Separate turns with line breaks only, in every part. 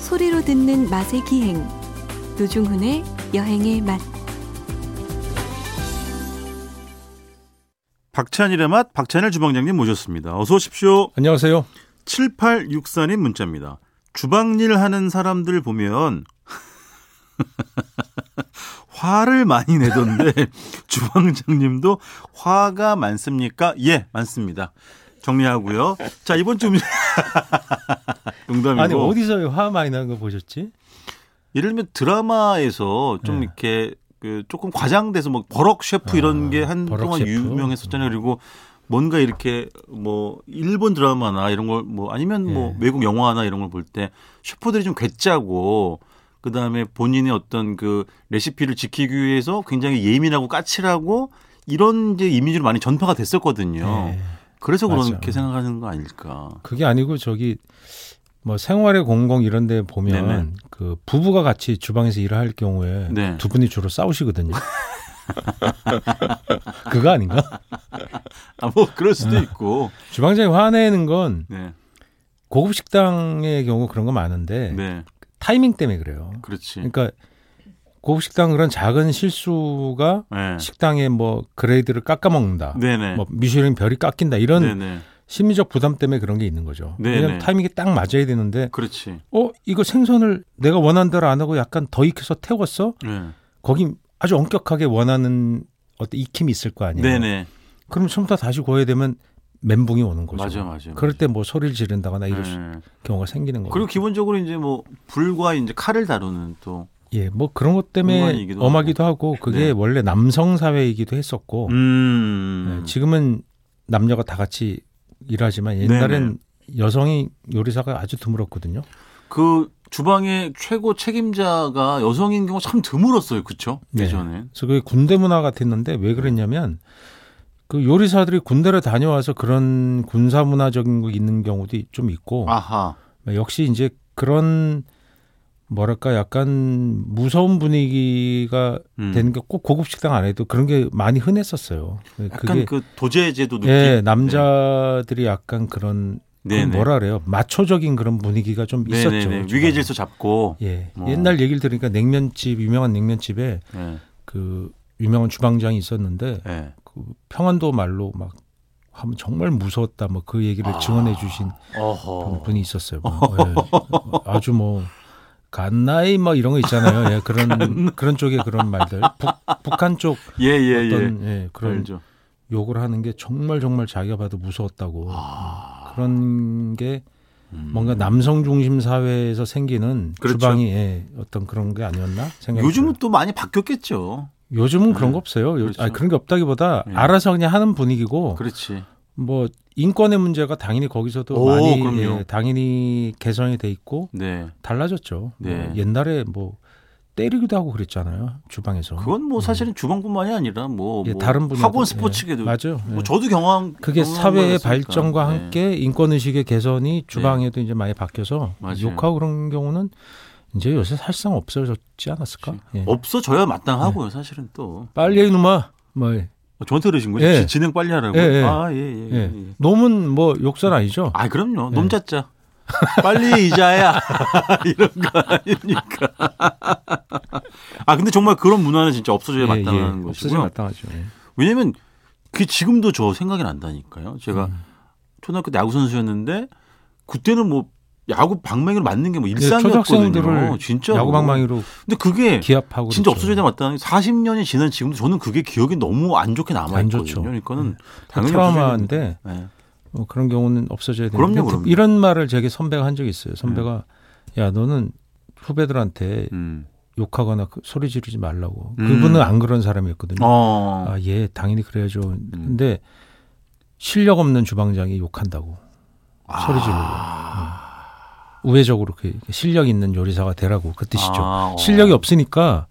소리로 듣는 맛의 기행 노중훈의 여행의 맛
박찬일의 맛 박찬일 주방장님 모셨습니다. 어서 오십시오.
안녕하세요.
7864님 문자입니다. 주방일 하는 사람들 보면 화를 많이 내던데 주방장님도 화가 많습니까? 예, 많습니다. 정리하고요. 자, 이번 주 음식- 농담이고.
아니 어디서 화 많이 나는 거 보셨지?
예를 들면 드라마에서 좀
네.
이렇게 그 조금 과장돼서 뭐 버럭 셰프 이런
아,
게 한동안
버럭 셰프.
유명했었잖아요. 그리고 뭔가 이렇게 뭐 일본 드라마나 이런 걸 뭐 아니면 뭐
예.
외국 영화나 이런 걸 볼 때 셰프들이 좀 괴짜고 그다음에 본인의 어떤 그 레시피를 지키기 위해서 굉장히 예민하고 까칠하고 이런 이제 이미지로 많이 전파가 됐었거든요.
예.
그래서
맞아요.
그렇게 생각하는 거 아닐까.
그게 아니고 저기 뭐 생활의 공공 이런 데 보면
네네.
그 부부가 같이 주방에서 일을 할 경우에
네.
두 분이 주로 싸우시거든요. 그거 아닌가?
아 뭐 그럴 수도 있고.
주방장이 화내는 건
네.
고급 식당의 경우 그런 거 많은데
네.
타이밍 때문에 그래요.
그렇지.
그러니까 고급 식당 그런 작은 실수가
네.
식당의 뭐 그레이드를 깎아먹는다.
네네.
뭐 미슐랭 별이 깎인다 이런
네네.
심리적 부담 때문에 그런 게 있는 거죠.
네네.
왜냐하면 타이밍이 딱 맞아야 되는데,
그렇지.
어, 이거 생선을 내가 원하는 대로 안 하고 약간 더 익혀서 태웠어?
네.
거기 아주 엄격하게 원하는 어떤 익힘이 있을 거 아니에요.
네네.
그럼 처음부터 다시 구워야 되면 멘붕이 오는 거죠.
맞아, 맞아.
그럴 때 뭐 소리를 지른다거나 이럴 수-
네.
경우가 생기는 거예요.
그리고 기본적으로 이제 뭐 불과 이제 칼을 다루는 또
예, 뭐 그런 것 때문에
음악이기도
엄하기도 하고, 그게
네.
원래 남성 사회이기도 했었고,
음.
예, 어. 지금은 남녀가 다 같이 일하지만
네,
옛날엔 여성이 요리사가 아주 드물었거든요.
그 주방의 최고 책임자가 여성인 경우 참 드물었어요. 그렇죠?
네.
예전에.
그래서 그게 군대 문화 같았는데 왜 그랬냐면 그 요리사들이 군대를 다녀와서 그런 군사 문화적인 거 있는 경우도 좀 있고
아하.
역시 이제 그런 뭐랄까 약간 무서운 분위기가
음.
되는 게 꼭 고급 식당 안에도 그런 게 많이 흔했었어요. 네,
약간
그게
그 도제제도 느낌.
예, 남자들이 약간 그런 그
네네.
뭐라 그래요? 마초적인 그런 분위기가 좀 있었죠.
네네네.
주방에.
위계 질서 잡고.
예.
어.
옛날 얘기를 들으니까 냉면집 유명한 냉면집에
예.
그 유명한 주방장이 있었는데
예.
그 평안도 말로 막 하면 정말 무서웠다 뭐 그 얘기를
아.
증언해 주신
어허.
분이 있었어요. 뭐. 예. 아주 뭐 간나이 뭐 이런 거 있잖아요. 예, 그런 그런 쪽의 그런 말들 북, 북한 쪽
예, 예, 예.
어떤 예, 그런
알죠.
욕을 하는 게 정말 정말 자기가 봐도 무서웠다고
아.
그런 게
음.
뭔가 남성 중심 사회에서 생기는
그렇죠.
주방이 예, 어떤 그런 게 아니었나 생각이
요즘은 또 많이 바뀌었겠죠.
요즘은 그런
네.
거 없어요. 요,
그렇죠.
아니, 그런 게 없다기보다
예. 그렇죠.
알아서 그냥 하는 분위기고
그렇지.
뭐 인권의 문제가 당연히 거기서도
오,
많이
그럼요.
예, 당연히 개선이 돼 있고
네.
달라졌죠.
네.
뭐 옛날에 뭐 때리기도 하고 그랬잖아요. 주방에서.
그건 뭐 사실은 주방뿐만이 아니라 뭐,
음. 예,
뭐
다른 분야
학원 스포츠계도
맞아요. 예.
뭐 저도 경험
그게
경험한
사회의
거였으니까.
발전과
네.
함께 인권 의식의 개선이 주방에도 이제 많이 바뀌어서
맞아요.
욕하고 그런 경우는 이제 요새 사실상 없어졌지 않았을까? 예.
없어져야 마땅하고요 사실은 또
빨리 해 이놈아. 뭐 예.
어, 저한테 그러신 거죠
예.
지- 진행 빨리 하라고
예, 예.
아 예예 예,
예.
예.
놈은 뭐 욕설 아니죠?
아 그럼요
예.
놈자자 빨리 이자야 이런 거 아닙니까 아 근데 정말 그런 문화는 진짜 없어져야 마땅한
예, 없어지
것이고요
마땅하죠. 예.
왜냐면 그게 지금도 저 생각이 난다니까요 제가
음.
초등학교 때 야구 선수였는데 그때는 뭐 야구 방망이로 맞는 게 뭐
예,
일상이었거든요
초등학생들을
진짜
야구방망이로
근데 그게
기합하고
네.
그렇죠.
진짜
그랬죠.
없어져야 마땅한 40년이 지난 지금도 저는 그게 기억이 너무 안 좋게 남아
안
있거든요.
좋죠.
그러니까는
그
당연히 네. 없어져야
트라우마인데
됩니다.
어, 그런 경우는 없어져야 되는데
그럼요, 그럼요. 네.
이런 말을 제게 선배가 한 적이 있어요. 선배가 야 너는 후배들한테
예. 음.
욕하거나 그- 소리 지르지 말라고.
음.
그분은 안 그런 사람이었거든요.
어. 음.
아, 예, 당연히 그래야죠. 근데 실력 없는 주방장이 욕한다고
아.
소리 지르고 응. 우회적으로 그 실력 있는 요리사가 되라고 그 뜻이죠.
아, 어.
실력이 없으니까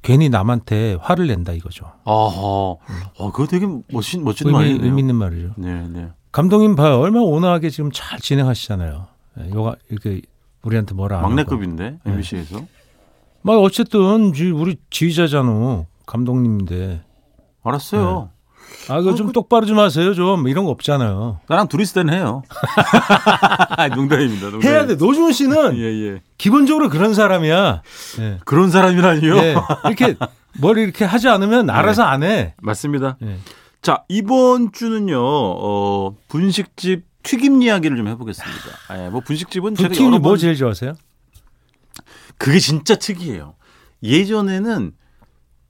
괜히 남한테 화를 낸다 이거죠.
어허. 어, 그거 되게 멋진 멋진
의미,
말이네요.
의미 있는 말이죠.
네, 네.
감독님 봐요. 얼마나 온화하게 지금 잘 진행하시잖아요. 예, 요가 이렇게 우리한테 뭐라 안 하고.
막내급인데
네.
MBC에서.
막 어쨌든 지- 우리 지휘자잖아. 감독님인데.
알았어요.
아, 그거 좀 똑바로 좀 하세요. 좀 이런 거 없잖아요.
나랑 둘이 있을 때는 해요. 농담입니다. 농담.
해야 돼. 노준
예,
씨는
예.
기본적으로 그런 사람이야. 예.
그런 사람이라니요? 네.
예. 이렇게 머리 이렇게 하지 않으면 알아서 안 해.
맞습니다.
예.
자, 이번 주는요, 어, 분식집 튀김 이야기를 좀 해보겠습니다. 예, 뭐 분식집은 제가
부팅이
여러
뭐
번-
제일 좋아하세요?
그게 진짜 특이해요. 예전에는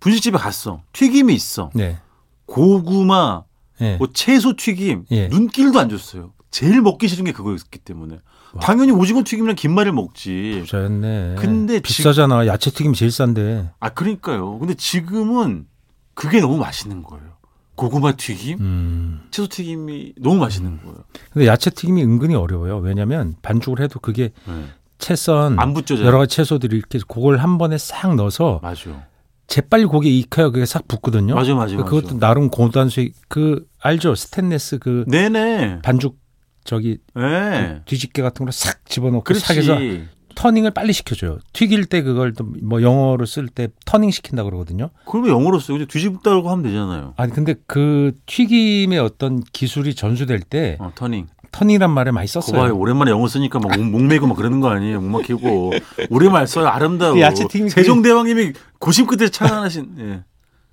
분식집에 갔어. 튀김이 있어.
네.
고구마,
예.
뭐 채소 튀김,
예.
눈길도 안 줬어요. 제일 먹기 싫은 게 그거였기 때문에. 당연히 오징어 튀김이랑 김말을 먹지.
부자였네.
근데
비싸잖아. 야채 튀김 제일 싼데.
아, 그러니까요. 근데 지금은 그게 너무 맛있는 거예요. 고구마 튀김,
음.
채소 튀김이 너무 맛있는 거예요.
근데 야채 튀김이 은근히 어려워요. 왜냐면 반죽을 해도 그게
네.
채썬
안 붙여져요.
여러 가지 채소들이 이렇게 그걸 한 번에 싹 넣어서
맞아.
재빨리 고기에 익혀야 그게 싹 붙거든요. 그러니까
맞아, 맞아, 맞아.
그것도 나름 고단수 그 알죠? 스탠레스 그
네네.
반죽 저기 그
네.
뒤집개 같은 걸로 싹 집어넣고 싹 해서
그렇지.
터닝을 빨리 시켜줘요. 튀길 때 그걸 또 뭐 영어로 쓸 때 터닝 시킨다 그러거든요.
그러면 영어로 쓰고 이제 뒤집다고 하면 되잖아요.
아니 근데 그 튀김의 어떤 기술이 전수될 때
어, 터닝.
터닝이란 말을 많이
거봐요.
썼어요.
오랜만에 영어 쓰니까 막 목- 목매고 막 그러는 거 아니에요. 목 막히고. 오랜만에 써요. 아름다워.
그 야채 튀김이
세종대왕님이 고심 끝에 창안하신. 예.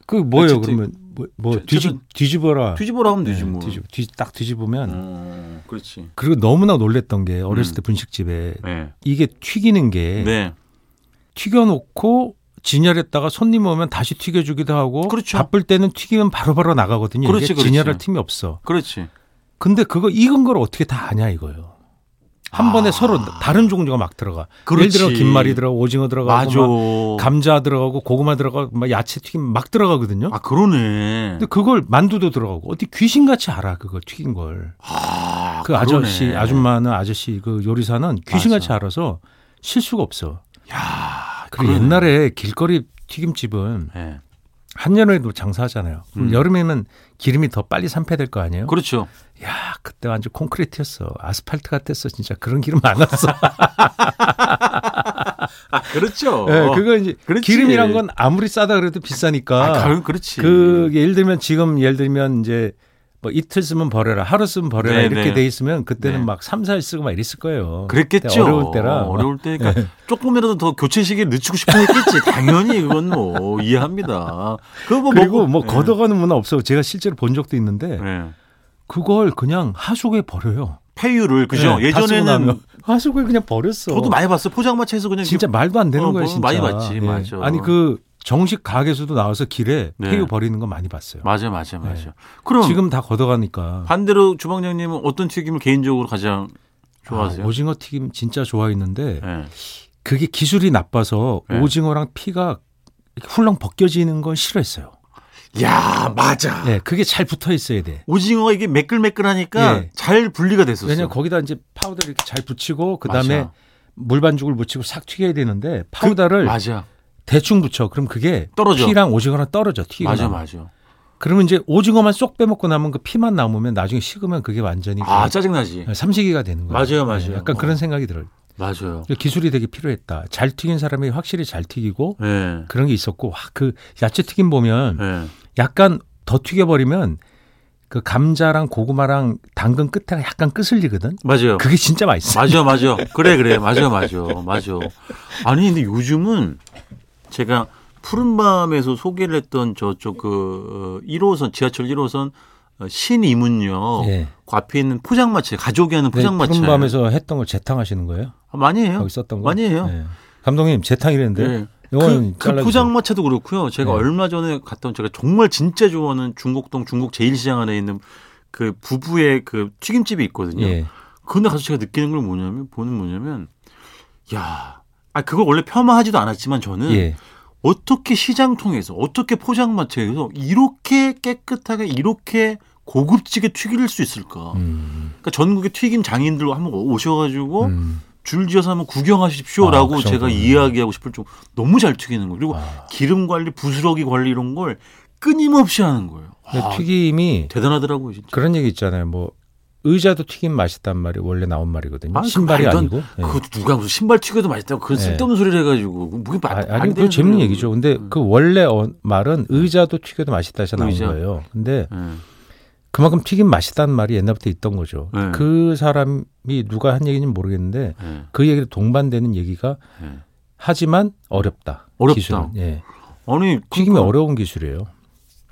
그 뭐예요
야채
그러면 뭐, 뭐
저-
뒤집
저는-
뒤집어라.
뒤집으라 하면 되지
네,
뭐.
뒤집- 뒤- 딱 뒤집으면
어, 그렇지.
그리고 너무나 놀랬던 게 어렸을
음.
때 분식집에
네.
이게 튀기는 게
네.
튀겨놓고 진열했다가 손님 오면 다시 튀겨주기도 하고
그렇죠.
바쁠 때는 튀기면 바로바로 나가거든요.
그렇지,
이게
그렇지.
진열할 틈이 없어.
그렇지.
근데 그거 익은 걸 어떻게 다 아냐 이거예요. 한
아.
번에 서로 다른 종류가 막 들어가. 예를
그렇지.
들어 김말이 들어가고 오징어 들어가고
맞아.
막 감자 들어가고 고구마 들어가고 막 야채 튀김 막 들어가거든요.
아, 그러네.
근데 그걸 만두도 들어가고 어디 귀신같이 알아 그거 튀긴 걸.
아,
그
그러네.
아저씨 아줌마는 아저씨 그 요리사는 귀신같이
맞아.
알아서 실수가 없어.
야,
그리고
그러네.
옛날에 길거리 튀김집은
예.
한여름에도 장사하잖아요. 그럼
음.
여름에는 기름이 더 빨리 산패될 거 아니에요?
그렇죠.
야, 그때 완전 콘크리트였어. 아스팔트 같았어. 진짜 그런 기름 많았어.
아, 그렇죠.
예, 그거 이제
그렇지.
기름이란 건 아무리 싸다 그래도 비싸니까.
아, 그럼 그렇지.
그 예를 들면 지금 예를 들면 이제 뭐 이틀 쓰면 버려라, 하루 쓰면 버려라
네,
이렇게
네.
돼 있으면 그때는
네.
막삼사일 쓰고 막 이랬을 거예요. 그때
그랬겠죠.
어려울 때라. 예.
어, 어려울 때니까 조금이라도 더 교체 시기를 늦추고 싶어 했겠지. 당연히 그건 뭐 이해합니다. 그거 뭐
그리고
먹고-
뭐
예.
걷어가는 문화 없어요. 제가 실제로 본 적도 있는데
예.
그걸 그냥 하수구에 버려요.
폐유를 그죠.
예, 다 쓰고
예전에는
나면 하수구에 그냥 버렸어.
저도 많이 봤어. 요 포장마차에서 그냥
진짜 말도 안 되는
어,
거예요,
그건
진짜.
많이 봤지, 맞아.
아니 그 정식 가게에서도 나와서 길에
네.
폐유 버리는 거 많이 봤어요.
맞아 맞아 맞아.
예.
그럼
지금 다 걷어가니까.
반대로 주방장님은 어떤 튀김을 개인적으로 가장 좋아하세요?
아, 오징어 튀김 진짜 좋아했는데
예.
그게 기술이 나빠서
네.
오징어랑 피가 이렇게 훌렁 벗겨지는 건 싫어했어요.
야 맞아.
네, 그게 잘 붙어 있어야 돼.
오징어가 이게 매끌매끌하니까
예.
잘 분리가 됐었어.
왜냐면 거기다 이제 파우더를 이렇게 잘 붙이고 그다음에
맞아.
물 반죽을 묻히고 싹 튀겨야 되는데 파우더를
맞아
대충 붙여. 그럼 그게
떨어져.
피랑 오징어랑 떨어져. 튀기고.
맞아
나면.
맞아.
그러면 이제 오징어만 쏙 빼먹고 남은 그 피만 남으면 나중에 식으면 그게 완전히
아 짜증 나지.
그 삼시기가 되는 거예요.
맞아요, 맞아요.
네, 약간
어.
그런 생각이 들어요.
맞아요.
기술이 되게 필요했다. 잘 튀긴 사람이 확실히 잘 튀기고
예.
그런 게 있었고 와, 그 야채 튀김 보면
예.
약간 더 튀겨버리면 그 감자랑 고구마랑 당근 끝에가 약간 끄슬리거든.
맞아요.
그게 진짜 맛있어.
맞아, 맞아. 그래, 그래. 맞아, 맞아. 맞아. 아니, 근데 요즘은 제가 푸른밤에서 소개를 했던 저쪽 그 어, 1호선, 지하철 1호선 어, 신이문역.
예.
그 앞에 있는 포장마차, 가족이 하는
네,
포장마차.
푸른 밤에서 했던 걸 재탕하시는 거예요?
아, 많이 해요.
거기 썼던 거?
많이 해요.
예. 감독님 재탕이랬는데
네. 그,
영화는
그
잘라주세요.
포장마차도 그렇고요. 제가
네.
얼마 전에 갔던 제가 정말 진짜 좋아하는 중곡동 중곡 제일시장 안에 있는 그 부부의 그 튀김집이 있거든요.
예.
근데 가서 제가 느끼는 걸 뭐냐면 보는 뭐냐면 야, 아 그걸 원래 폄하하지도 않았지만 저는
예.
어떻게 시장 통해서 어떻게 포장마차에서 이렇게 깨끗하게 이렇게 고급지게 튀길 수 있을까?
음,
그러니까 전국의 튀김 장인들 한번 오셔가지고
음.
줄지어서 한번
아,
구경하십시오라고
그
제가
정도는.
이야기하고 싶을 정도 너무 잘 튀기는 거예요. 그리고
아.
기름 관리, 부스러기 관리 이런 걸 끊임없이 하는 거예요.
근데
와,
튀김이
대단하더라고요, 진짜.
그런 얘기 있잖아요. 뭐 의자도 튀김 맛있단 말이 원래 나온 말이거든요.
아니, 그
신발이
말도 안-
아니고. 예.
그 누가 무슨 신발 튀겨도 맛있다고 그런
네.
쓸데없는 소리를 해가지고 무게
아,
말
아니 그 재밌는 얘기죠. 근데 그 원래 어- 말은 의자도 튀겨도 맛있다 해서
음.
나온
네. 의자.
거예요. 근데
예.
그만큼 튀김 맛있다는 말이 옛날부터 있던 거죠.
네.
그 사람이 누가 한 얘기인지 는 모르겠는데
예.
그 얘기를 동반되는 얘기가
예.
하지만 어렵다.
어렵다. 그러니까
기술은. 예.
아니
튀김이
그러니까
어려운 기술이에요.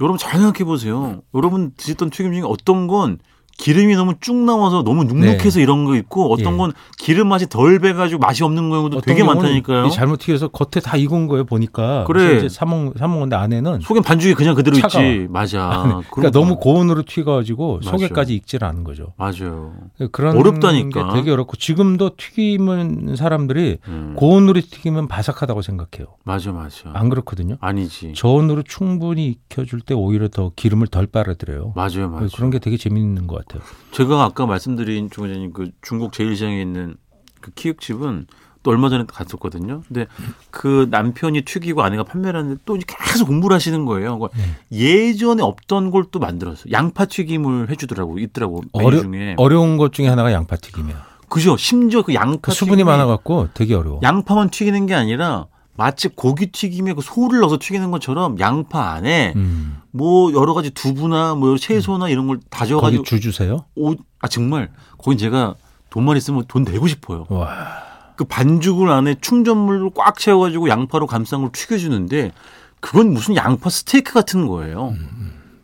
여러분 잘 생각해 보세요. 여러분 드셨던 튀김 중에 어떤 건 기름이 너무 쭉 나와서 너무 눅눅해서 이런 거 있고 어떤
네. 예.
건 기름 맛이 덜 배가지고 맛이 없는 경우도
어떤
되게
경우는
많다니까요.
이 잘못 튀겨서 겉에 다 익은 거예요. 보니까
그래.
그래서 이제 사먹 사먹는데 안에는
속엔 반죽이 그냥 그대로
차가워.
있지. 맞아.
그러니까
그런
너무
거.
고온으로 튀겨가지고
맞아.
속에까지 익질 않은 거죠.
맞아요.
그런
어렵다니까.
게 되게 어렵고 지금도 튀김은 사람들이
음.
고온으로 튀기면 바삭하다고 생각해요.
맞아 맞아. 네.
안 그렇거든요.
아니지.
저온으로 충분히 익혀줄 때 오히려 더 기름을 덜 빨아들여요.
맞아요 맞아요.
그런 게 되게 재밌는 것 같아요.
제가 아까 말씀드린 중국장님 그 중국 제일시장에 있는 그 키읔집은 또 얼마 전에 갔었거든요. 근데 그 남편이 튀기고 아내가 판매를 하는데 또 이제 계속 공부를 하시는 거예요. 그러니까
네.
예전에 없던 걸 또 만들었어요. 양파 튀김을 해주더라고 있더라고 메뉴
어려-
중에.
어려운 것 중에 하나가 양파 튀김이에요.
그죠? 심지어 그 양파
그 수분이
튀김이
많아갖고 되게 어려워.
양파만 튀기는 게 아니라 마치 고기 튀김에 그 소를 넣어서 튀기는 것처럼 양파 안에
음.
뭐 여러 가지 두부나 뭐 채소나 이런 걸 다져가지고
거기 주 주세요.
오, 아 정말 거긴 제가 돈만 있으면 돈 내고 싶어요.
와.
그 반죽을 안에 충전물로 꽉 채워가지고 양파로 감싼 걸 튀겨주는데 그건 무슨 양파 스테이크 같은
음,
거예요.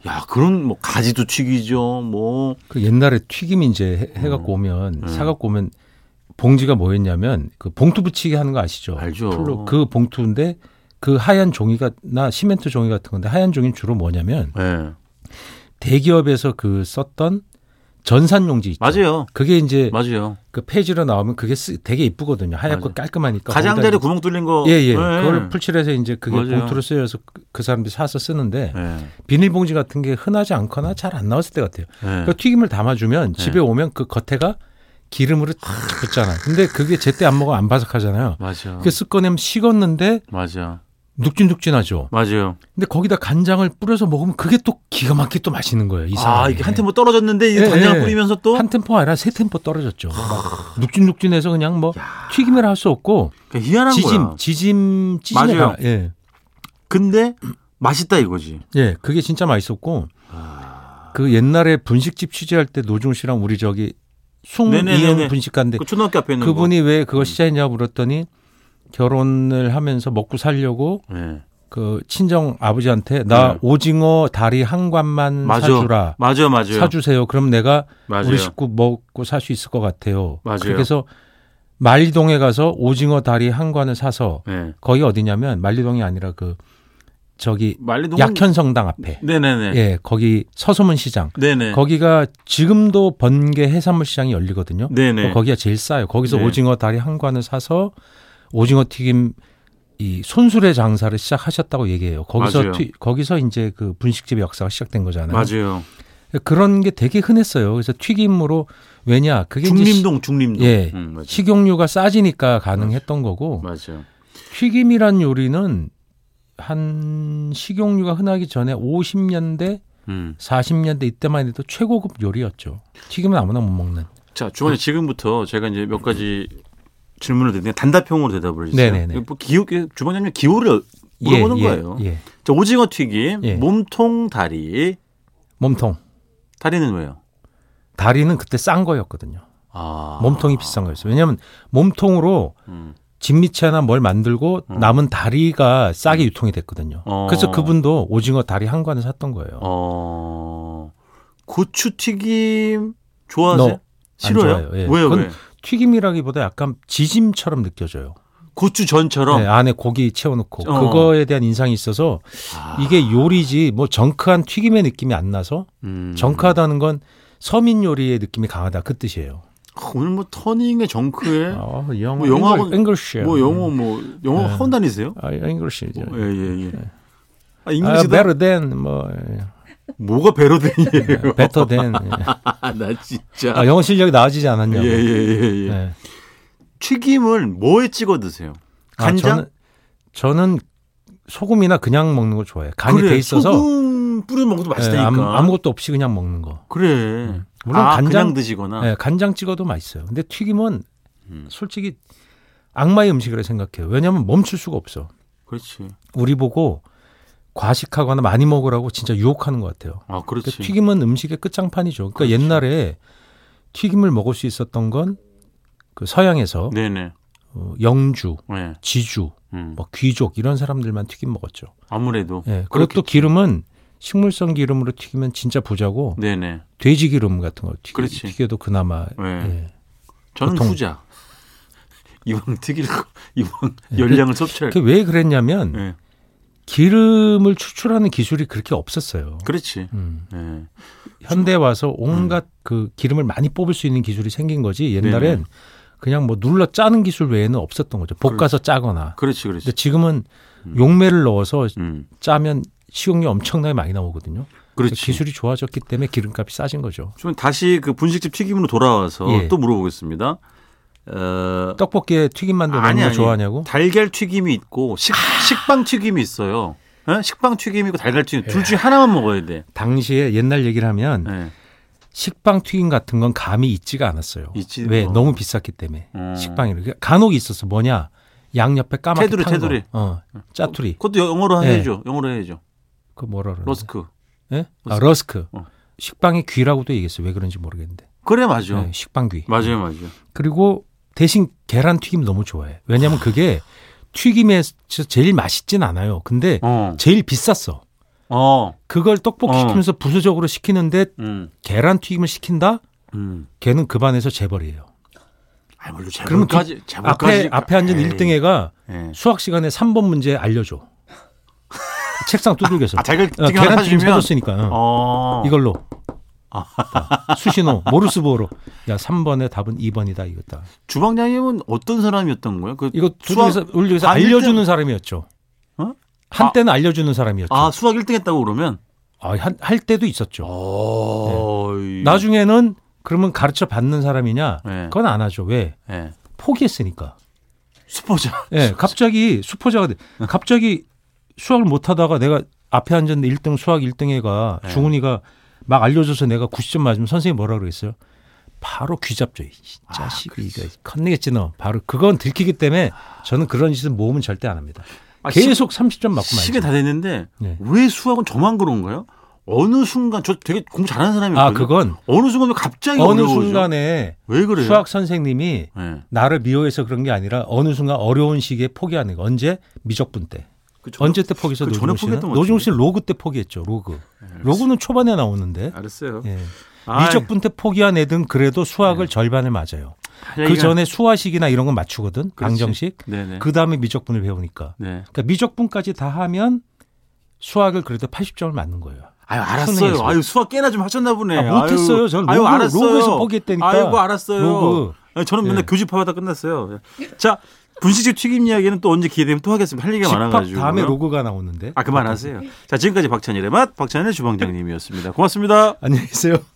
야 그런 뭐 가지도 튀기죠. 뭐
그 옛날에 튀김 이제 해, 갖고
음.
오면 사갖고 오면 봉지가 뭐였냐면 그 봉투 붙이기 하는 거 아시죠?
알죠.
풀로 그 봉투인데 그 하얀 종이가 나 시멘트 종이 같은 건데 하얀 종이는 주로 뭐냐면
예.
대기업에서 그 썼던 전산 용지 있죠.
맞아요.
그게 이제
맞아요.
그 페이지로 나오면 그게 쓰- 되게 이쁘거든요. 하얗고
맞아요.
깔끔하니까.
가장자리
그러니까 거기다
구멍 뚫린 거.
이제- 예, 예. 그걸 풀칠해서 이제 그게
맞아요.
봉투로 쓰여서 그- 그 사람들이 사서 쓰는데
예.
비닐봉지 같은 게 흔하지 않거나 잘 안 나왔을 때 같아요.
예.
그 튀김을 담아주면
네.
집에 오면 그 겉에가 기름으로 탁 붙잖아요. 근데 그게 제때 안 먹으면 안 바삭하잖아요.
맞아.
그게 쓱 꺼내면 식었는데
맞아.
눅진눅진하죠.
맞아요.
근데 거기다 간장을 뿌려서 먹으면 그게 또 기가 막히게 또 맛있는 거예요. 이상하게.
아 이게 한 템포 떨어졌는데
예,
이거 단양
예.
뿌리면서 또
한 템포 아니라 세 템포 떨어졌죠. 막 눅진눅진해서 그냥 뭐 튀김이라 할 수 없고
그러니까 희한한
지짐,
거야.
지짐, 찌짐.
맞아요.
예.
근데 맛있다 이거지.
예, 그게 진짜 맛있었고
아.
그 옛날에 분식집 취재할 때 노중 씨랑 우리 저기
네네네네.
숭이형 분식가인데
그 초등학교 앞에 있는
그분이 왜
음.
그걸 시작했냐고 물었더니 결혼을 하면서 먹고 살려고
거. 예.
그 친정 아버지한테 나
네.
오징어 다리 한 관만
맞아.
음, 사주라
맞아 맞아요.
사주세요. 그럼 내가
맞아요.
우리 식구 먹고 살 수 있을 것 같아요.
맞아요.
그래서 만리동에 가서 오징어 다리 한 관을 사서
예.
거기 어디냐면 만리동이 아니라 그 저기
말리동
약현성당 앞에
네네네.
예 거기 서소문 시장
네네.
거기가 지금도 번개 해산물 시장이 열리거든요.
네네.
어, 거기가 제일 싸요. 거기서
네.
오징어 다리 한 관을 사서 오징어 튀김 이 손수레 장사를 시작하셨다고 얘기해요. 거기서
맞아요.
튀- 거기서 이제 그 분식집 의 역사가 시작된 거잖아요.
맞아요.
그런 게 되게 흔했어요. 그래서 튀김으로 왜냐 그게 이제 시-
중림동 중림동.
예.
음, 맞아요.
식용유가 싸지니까 가능했던 거고
맞아요.
튀김이란 요리는 한 식용유가 흔하기 전에 50년대
음.
40년대 이때만 해도 최고급 요리였죠. 튀김은 아무나 못 먹는.
자,
그
주원님 지금부터 제가 이제 몇 가지 질문을 드리는데 단답형으로 대답을 해주세요.
네네네.
뭐 기호, 주방장님 기호를 물어보는
예,
거예요.
예.
자, 오징어 튀김,
예.
몸통 다리.
몸통.
다리는 왜요?
다리는 그때 싼 거였거든요.
아.
몸통이 비싼 거였어요. 왜냐하면 몸통으로
음.
진미채나 뭘 만들고 남은 다리가 싸게 유통이 됐거든요.
음. 어.
그래서 그분도 오징어 다리 한 관을 샀던 거예요.
어. 고추 튀김 좋아하세요?
No. 안
싫어요?
좋아해요. 예.
왜요?
그건
왜?
튀김이라기보다 약간 지짐처럼 느껴져요.
고추 전처럼.
네, 안에 고기 채워놓고
어.
그거에 대한 인상이 있어서
아.
이게 요리지 뭐 정크한 튀김의 느낌이 안 나서
음.
정크하다는 건 서민 요리의 느낌이 강하다 그 뜻이에요.
아, 오늘 뭐 터닝의 정크에
어, 영어,
뭐 영어하고-
잉글리시.
뭐 영어 뭐 영어
네.
학원 다니세요?
아, 잉글리시.
예 예예. 아
아,
잉글리시도
better than 뭐
뭐가 베로덴이에요?
better than.
아, 나 진짜.
네, 아, 영어 실력이 나아지지 않았냐.
예예예 예, 예.
네.
튀김을 뭐에 찍어 드세요?
아,
간장?
저는, 저는 소금이나 그냥 먹는 걸 좋아해요. 간이
그래,
돼 있어서
소금 간장 뿌려 먹어도 맛있다니까.
예, 아무, 것도 없이 그냥 먹는 거.
그래.
물론
아, 그냥
간장
드시거나.
예, 간장 찍어도 맛있어요. 근데 튀김은
음.
솔직히 악마의 음식이라 생각해요. 왜냐하면 멈출 수가 없어.
그렇지.
우리 보고 과식하거나 많이 먹으라고 진짜 유혹하는 것 같아요.
아,
그러니까
그렇지.
튀김은 음식의 끝장판이죠. 그러니까
그렇죠.
옛날에 튀김을 먹을 수 있었던 건 그 서양에서
네네.
어, 영주,
네.
지주,
음.
뭐 귀족 이런 사람들만 튀김 먹었죠.
아무래도.
예. 그것도 기름은 식물성 기름으로 튀기면 진짜 부자고
네네.
돼지 기름 같은 걸 튀기,
그렇지.
튀겨도 그나마
네.
예.
저는
보통-
후자. 이번 튀길 거, 이번 열량을 섭취할.
그게 왜 그랬냐면
네.
기름을 추출하는 기술이 그렇게 없었어요.
그렇지.
음.
네.
현대 에 와서 온갖 그 기름을 많이 뽑을 수 있는 기술이 생긴 거지 옛날엔
네네.
그냥 뭐 눌러 짜는 기술 외에는 없었던 거죠. 볶아서 짜거나.
그렇지, 그렇지.
근데 지금은
음.
용매를 넣어서
음.
짜면 식용유 엄청나게 많이 나오거든요.
그렇지.
기술이 좋아졌기 때문에 기름값이 싸진 거죠.
좀 다시 그 분식집 튀김으로 돌아와서
예.
또 물어보겠습니다. 어,
떡볶이에 튀김만 넣는
아니,
거
아니.
좋아하냐고? 아.
달걀 튀김이 있고 식, 식빵 튀김이 있어요. 예? 식빵 튀김이 있고 달걀 튀김 둘
예.
중에 하나만 먹어야 돼.
당시에 옛날 얘기를 하면
예.
식빵 튀김 같은 건 감이 있지가 않았어요.
있지.
왜?
어.
너무 비쌌기 때문에
음.
식빵이 그러니까 간혹 있었어. 뭐냐? 양 옆에 까맣게
테두리,
탄 거.
테두리.
어, 짜투리.
그것도 영어로
예.
해야죠. 영어로 해야죠.
그 뭐라 그러는?
러스크.
예? 아, 러스크.
어.
식빵의 귀라고도 얘기했어요. 왜 그런지 모르겠는데.
그래 맞죠.
예, 식빵 귀.
맞아요, 맞아요.
그리고 대신 계란 튀김 너무 좋아해. 왜냐면 그게 튀김에서 제일 맛있진 않아요. 근데
어,
제일 비쌌어.
어,
그걸 떡볶이
어.
시키면서 부수적으로 시키는데
음,
계란 튀김을 시킨다?
음.
걔는 그 반에서 재벌이에요.
아, 물론
그러면
재벌까지, 재벌까지.
앞에 앞에 아, 앉은
에이.
일 1등 애가
예.
수학 시간에 3번 문제 알려 줘. 책상 두들겨서.
아, 달걀
어,
튀김 하나
계란 튀김
사주면.
사줬으니까. 어.
어, 아.
이걸로. 어, 수신호 모르스보로. 야, 3번의 답은 2번이다 이거다.
주방장님은 어떤 사람이었던 거예요? 그
이거
수학-
둘이서 울리에서
아, 일등.
알려주는 사람이었죠.
어?
한때는 알려주는 사람이었죠.
아, 수학 1등 했다고 그러면?
아, 한- 할 때도 있었죠.
어, 이-
네. 나중에는 그러면 가르쳐 받는 사람이냐?
네.
그건 안 하죠. 왜?
예.
포기했으니까.
수포자.
예, 갑자기 수포자가 돼.
네.
갑자기 수학을 못 하다가 내가 앞에 앉았는데 1등 수학 1등 애가
네.
중훈이가 막 알려줘서 내가 90점 맞으면 선생님이 뭐라 그러겠어요? 바로 귀잡죠. 이
아,
자식이 이거
그렇죠.
컨내겠지 너. 바로 그건 들키기 때문에 저는 그런 짓은 모으면 절대 안 합니다.
아, 시-
계속 30점 맞고 말죠.
시계 다 됐는데
네.
왜 수학은 저만 그런가요? 어느 순간 저 되게 공부 잘하는 사람이거든요.
아, 그건
어느 순간 왜 갑자기
어느
어려워져?
순간에
왜 그래요?
수학 선생님이
예.
나를 미워해서 그런 게 아니라 어느 순간 어려운 시기에 포기하는 거. 언제? 미적분 때.
그 전-
언제 때 포기해서
그 전에
노중훈 씨는?
포기했던 것
노중훈 씨는 로그 때 포기했죠. 로그. 로그는 초반에 나오는데.
예, 알았어요.
예.
아이, 예. 네.
미적분 때 포기한 애든 그래도 수학을 절반을 맞아요.
할
그
얘기가-
전에 수화식이나 이런 건 맞추거든.
그러니까 그렇지.
방정식.
네네.
그 다음에 미적분을 배우니까.
네.
그러니까 미적분까지 다 하면 수학을 그래도 80점을 맞는 거예요.
아유 알았어요.
수능에서.
아유 수학 깨나 좀 하셨나 보네.
아, 못했어요. 저는 로그, 로그에서 포기했다니까.
아이고 알았어요.
로그.
아니, 저는 맨날
예.
교집합하다 끝났어요. 예. 자 분식집 튀김 이야기는 또 언제 기회 되면 또 하겠습니다. 할 얘기가 아,
집합
많아가지고.
다음에 로그가 나오는데.
아 그만하세요. 자 지금까지 박찬일의 맛 박찬일의 주방장님이었습니다. 고맙습니다.
안녕히 계세요.